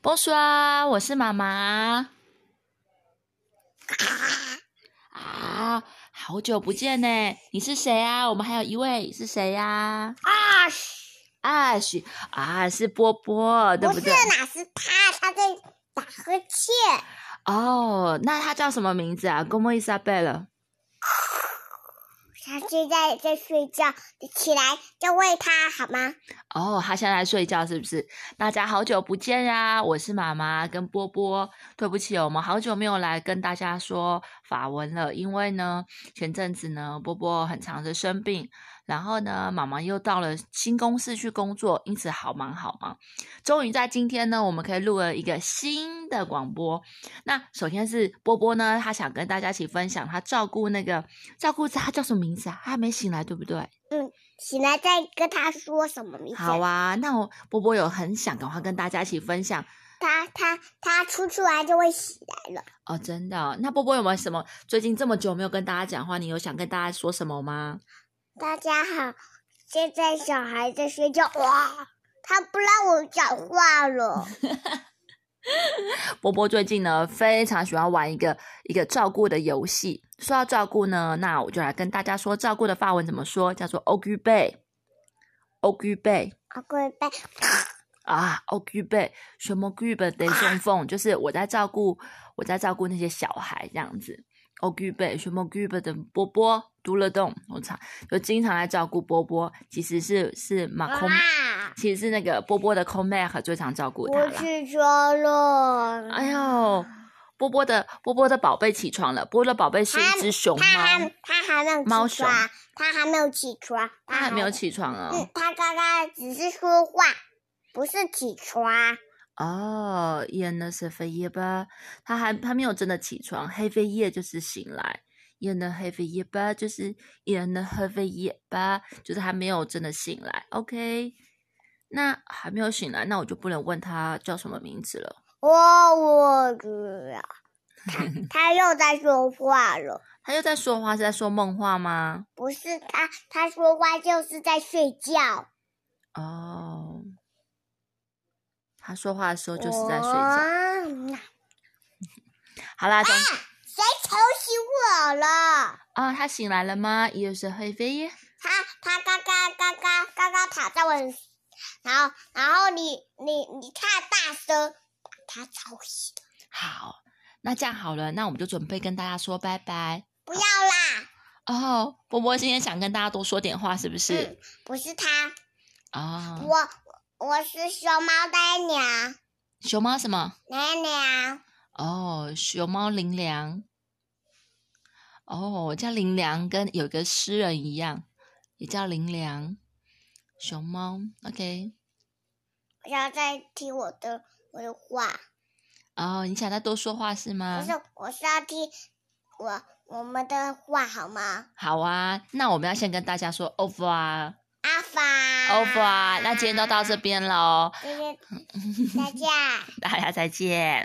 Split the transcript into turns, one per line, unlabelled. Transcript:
波叔啊，我是妈妈。啊，好久不见呢！你是谁啊？我们还有一位是谁呀、
啊，
啊？许啊，是波波，对
不
不
是
对？
哪是他，他在打呵欠。
哦，那他叫什么名字啊？公莫伊莎贝勒。
他现在在睡觉，你起来要喂他好吗？
哦，他现在睡觉是不是？大家好久不见呀、我是妈妈跟波波。对不起哦，我们好久没有来跟大家说法文了，因为呢，前阵子呢，波波很常的生病，然后呢，妈妈又到了新公司去工作，因此好忙好忙。终于在今天呢，我们可以录了一个新的广播。那首先是波波呢，他想跟大家一起分享他照顾那个照顾他叫什么名字啊？他还没醒来，对不对？
醒来再跟他说什么名字？
好啊，那我波波有很想赶快跟大家一起分享
他他他出去玩就会起来了。
哦，真的哦、那波波有没有什么最近这么久没有跟大家讲话，你有想跟大家说什么吗？
大家好，现在小孩在睡觉，哇，他不让我讲话了。
波波最近呢非常喜欢玩一个一个照顾的游戏。说到照顾呢，那我就来跟大家说照顾的法文怎么说，叫做 o c c u p é o c c u p é
阿贵贝，
啊 o c c u p é 什么 c u p é de s o
啊
n f o n 就是我在照顾我在照顾那些小孩这样子。o c c u p é 什么 c u p é 的波波读了动，我操，就经常来照顾波波，其实是是马
妈
空。
妈，
其实是那个波波的 c o m a c 最常照顾他
我
了。
去说了。
哎呦，波波的波波的宝贝起床了，波波的宝贝是一只熊
他
猫
还，他还没有
猫
起
熊
床，他还没有起床，
它还没有起床
嗯
哦。，
他刚刚只是说话，不是起床。
哦，夜呢是飞夜吧，它还它没有真的起床，黑飞夜就是醒来。夜呢黑飞夜吧，就是夜呢黑飞夜吧，就是还没有真的醒来。OK，那还没有醒来，那我就不能问他叫什么名字了。
哦，我知道， 他他又在说话了。
他又在说话，是在说梦话吗？
不是他，他说话就是在睡觉，
哦，他说话的时候哦
我
就是在睡觉。好啦，总
哦谁吵醒我了？
啊、他醒来了吗？也是黑飞耶。
他他刚刚刚刚刚刚躺在我的，然后然后你你你太大声，把他吵醒了。
好，那这样好了，那我们就准备跟大家说拜拜。
不要啦，
哦，波波今天想跟大家多说点话，是不是？
嗯不是他，
啊、哦，
我我是熊猫奶娘
熊猫什么？
奶娘，
哦，熊猫林良。哦，叫林良，跟有个诗人一样，也叫林良。熊猫，OK。
不要再听我的我的话。
哦，你想再多说话是吗？
不是，我是要听我我们的话好吗？
好啊，那我们要先跟大家说 over 啊
阿法，
，over 啊，那今天就到这，边喽，
再见，再见。
哦大家再见。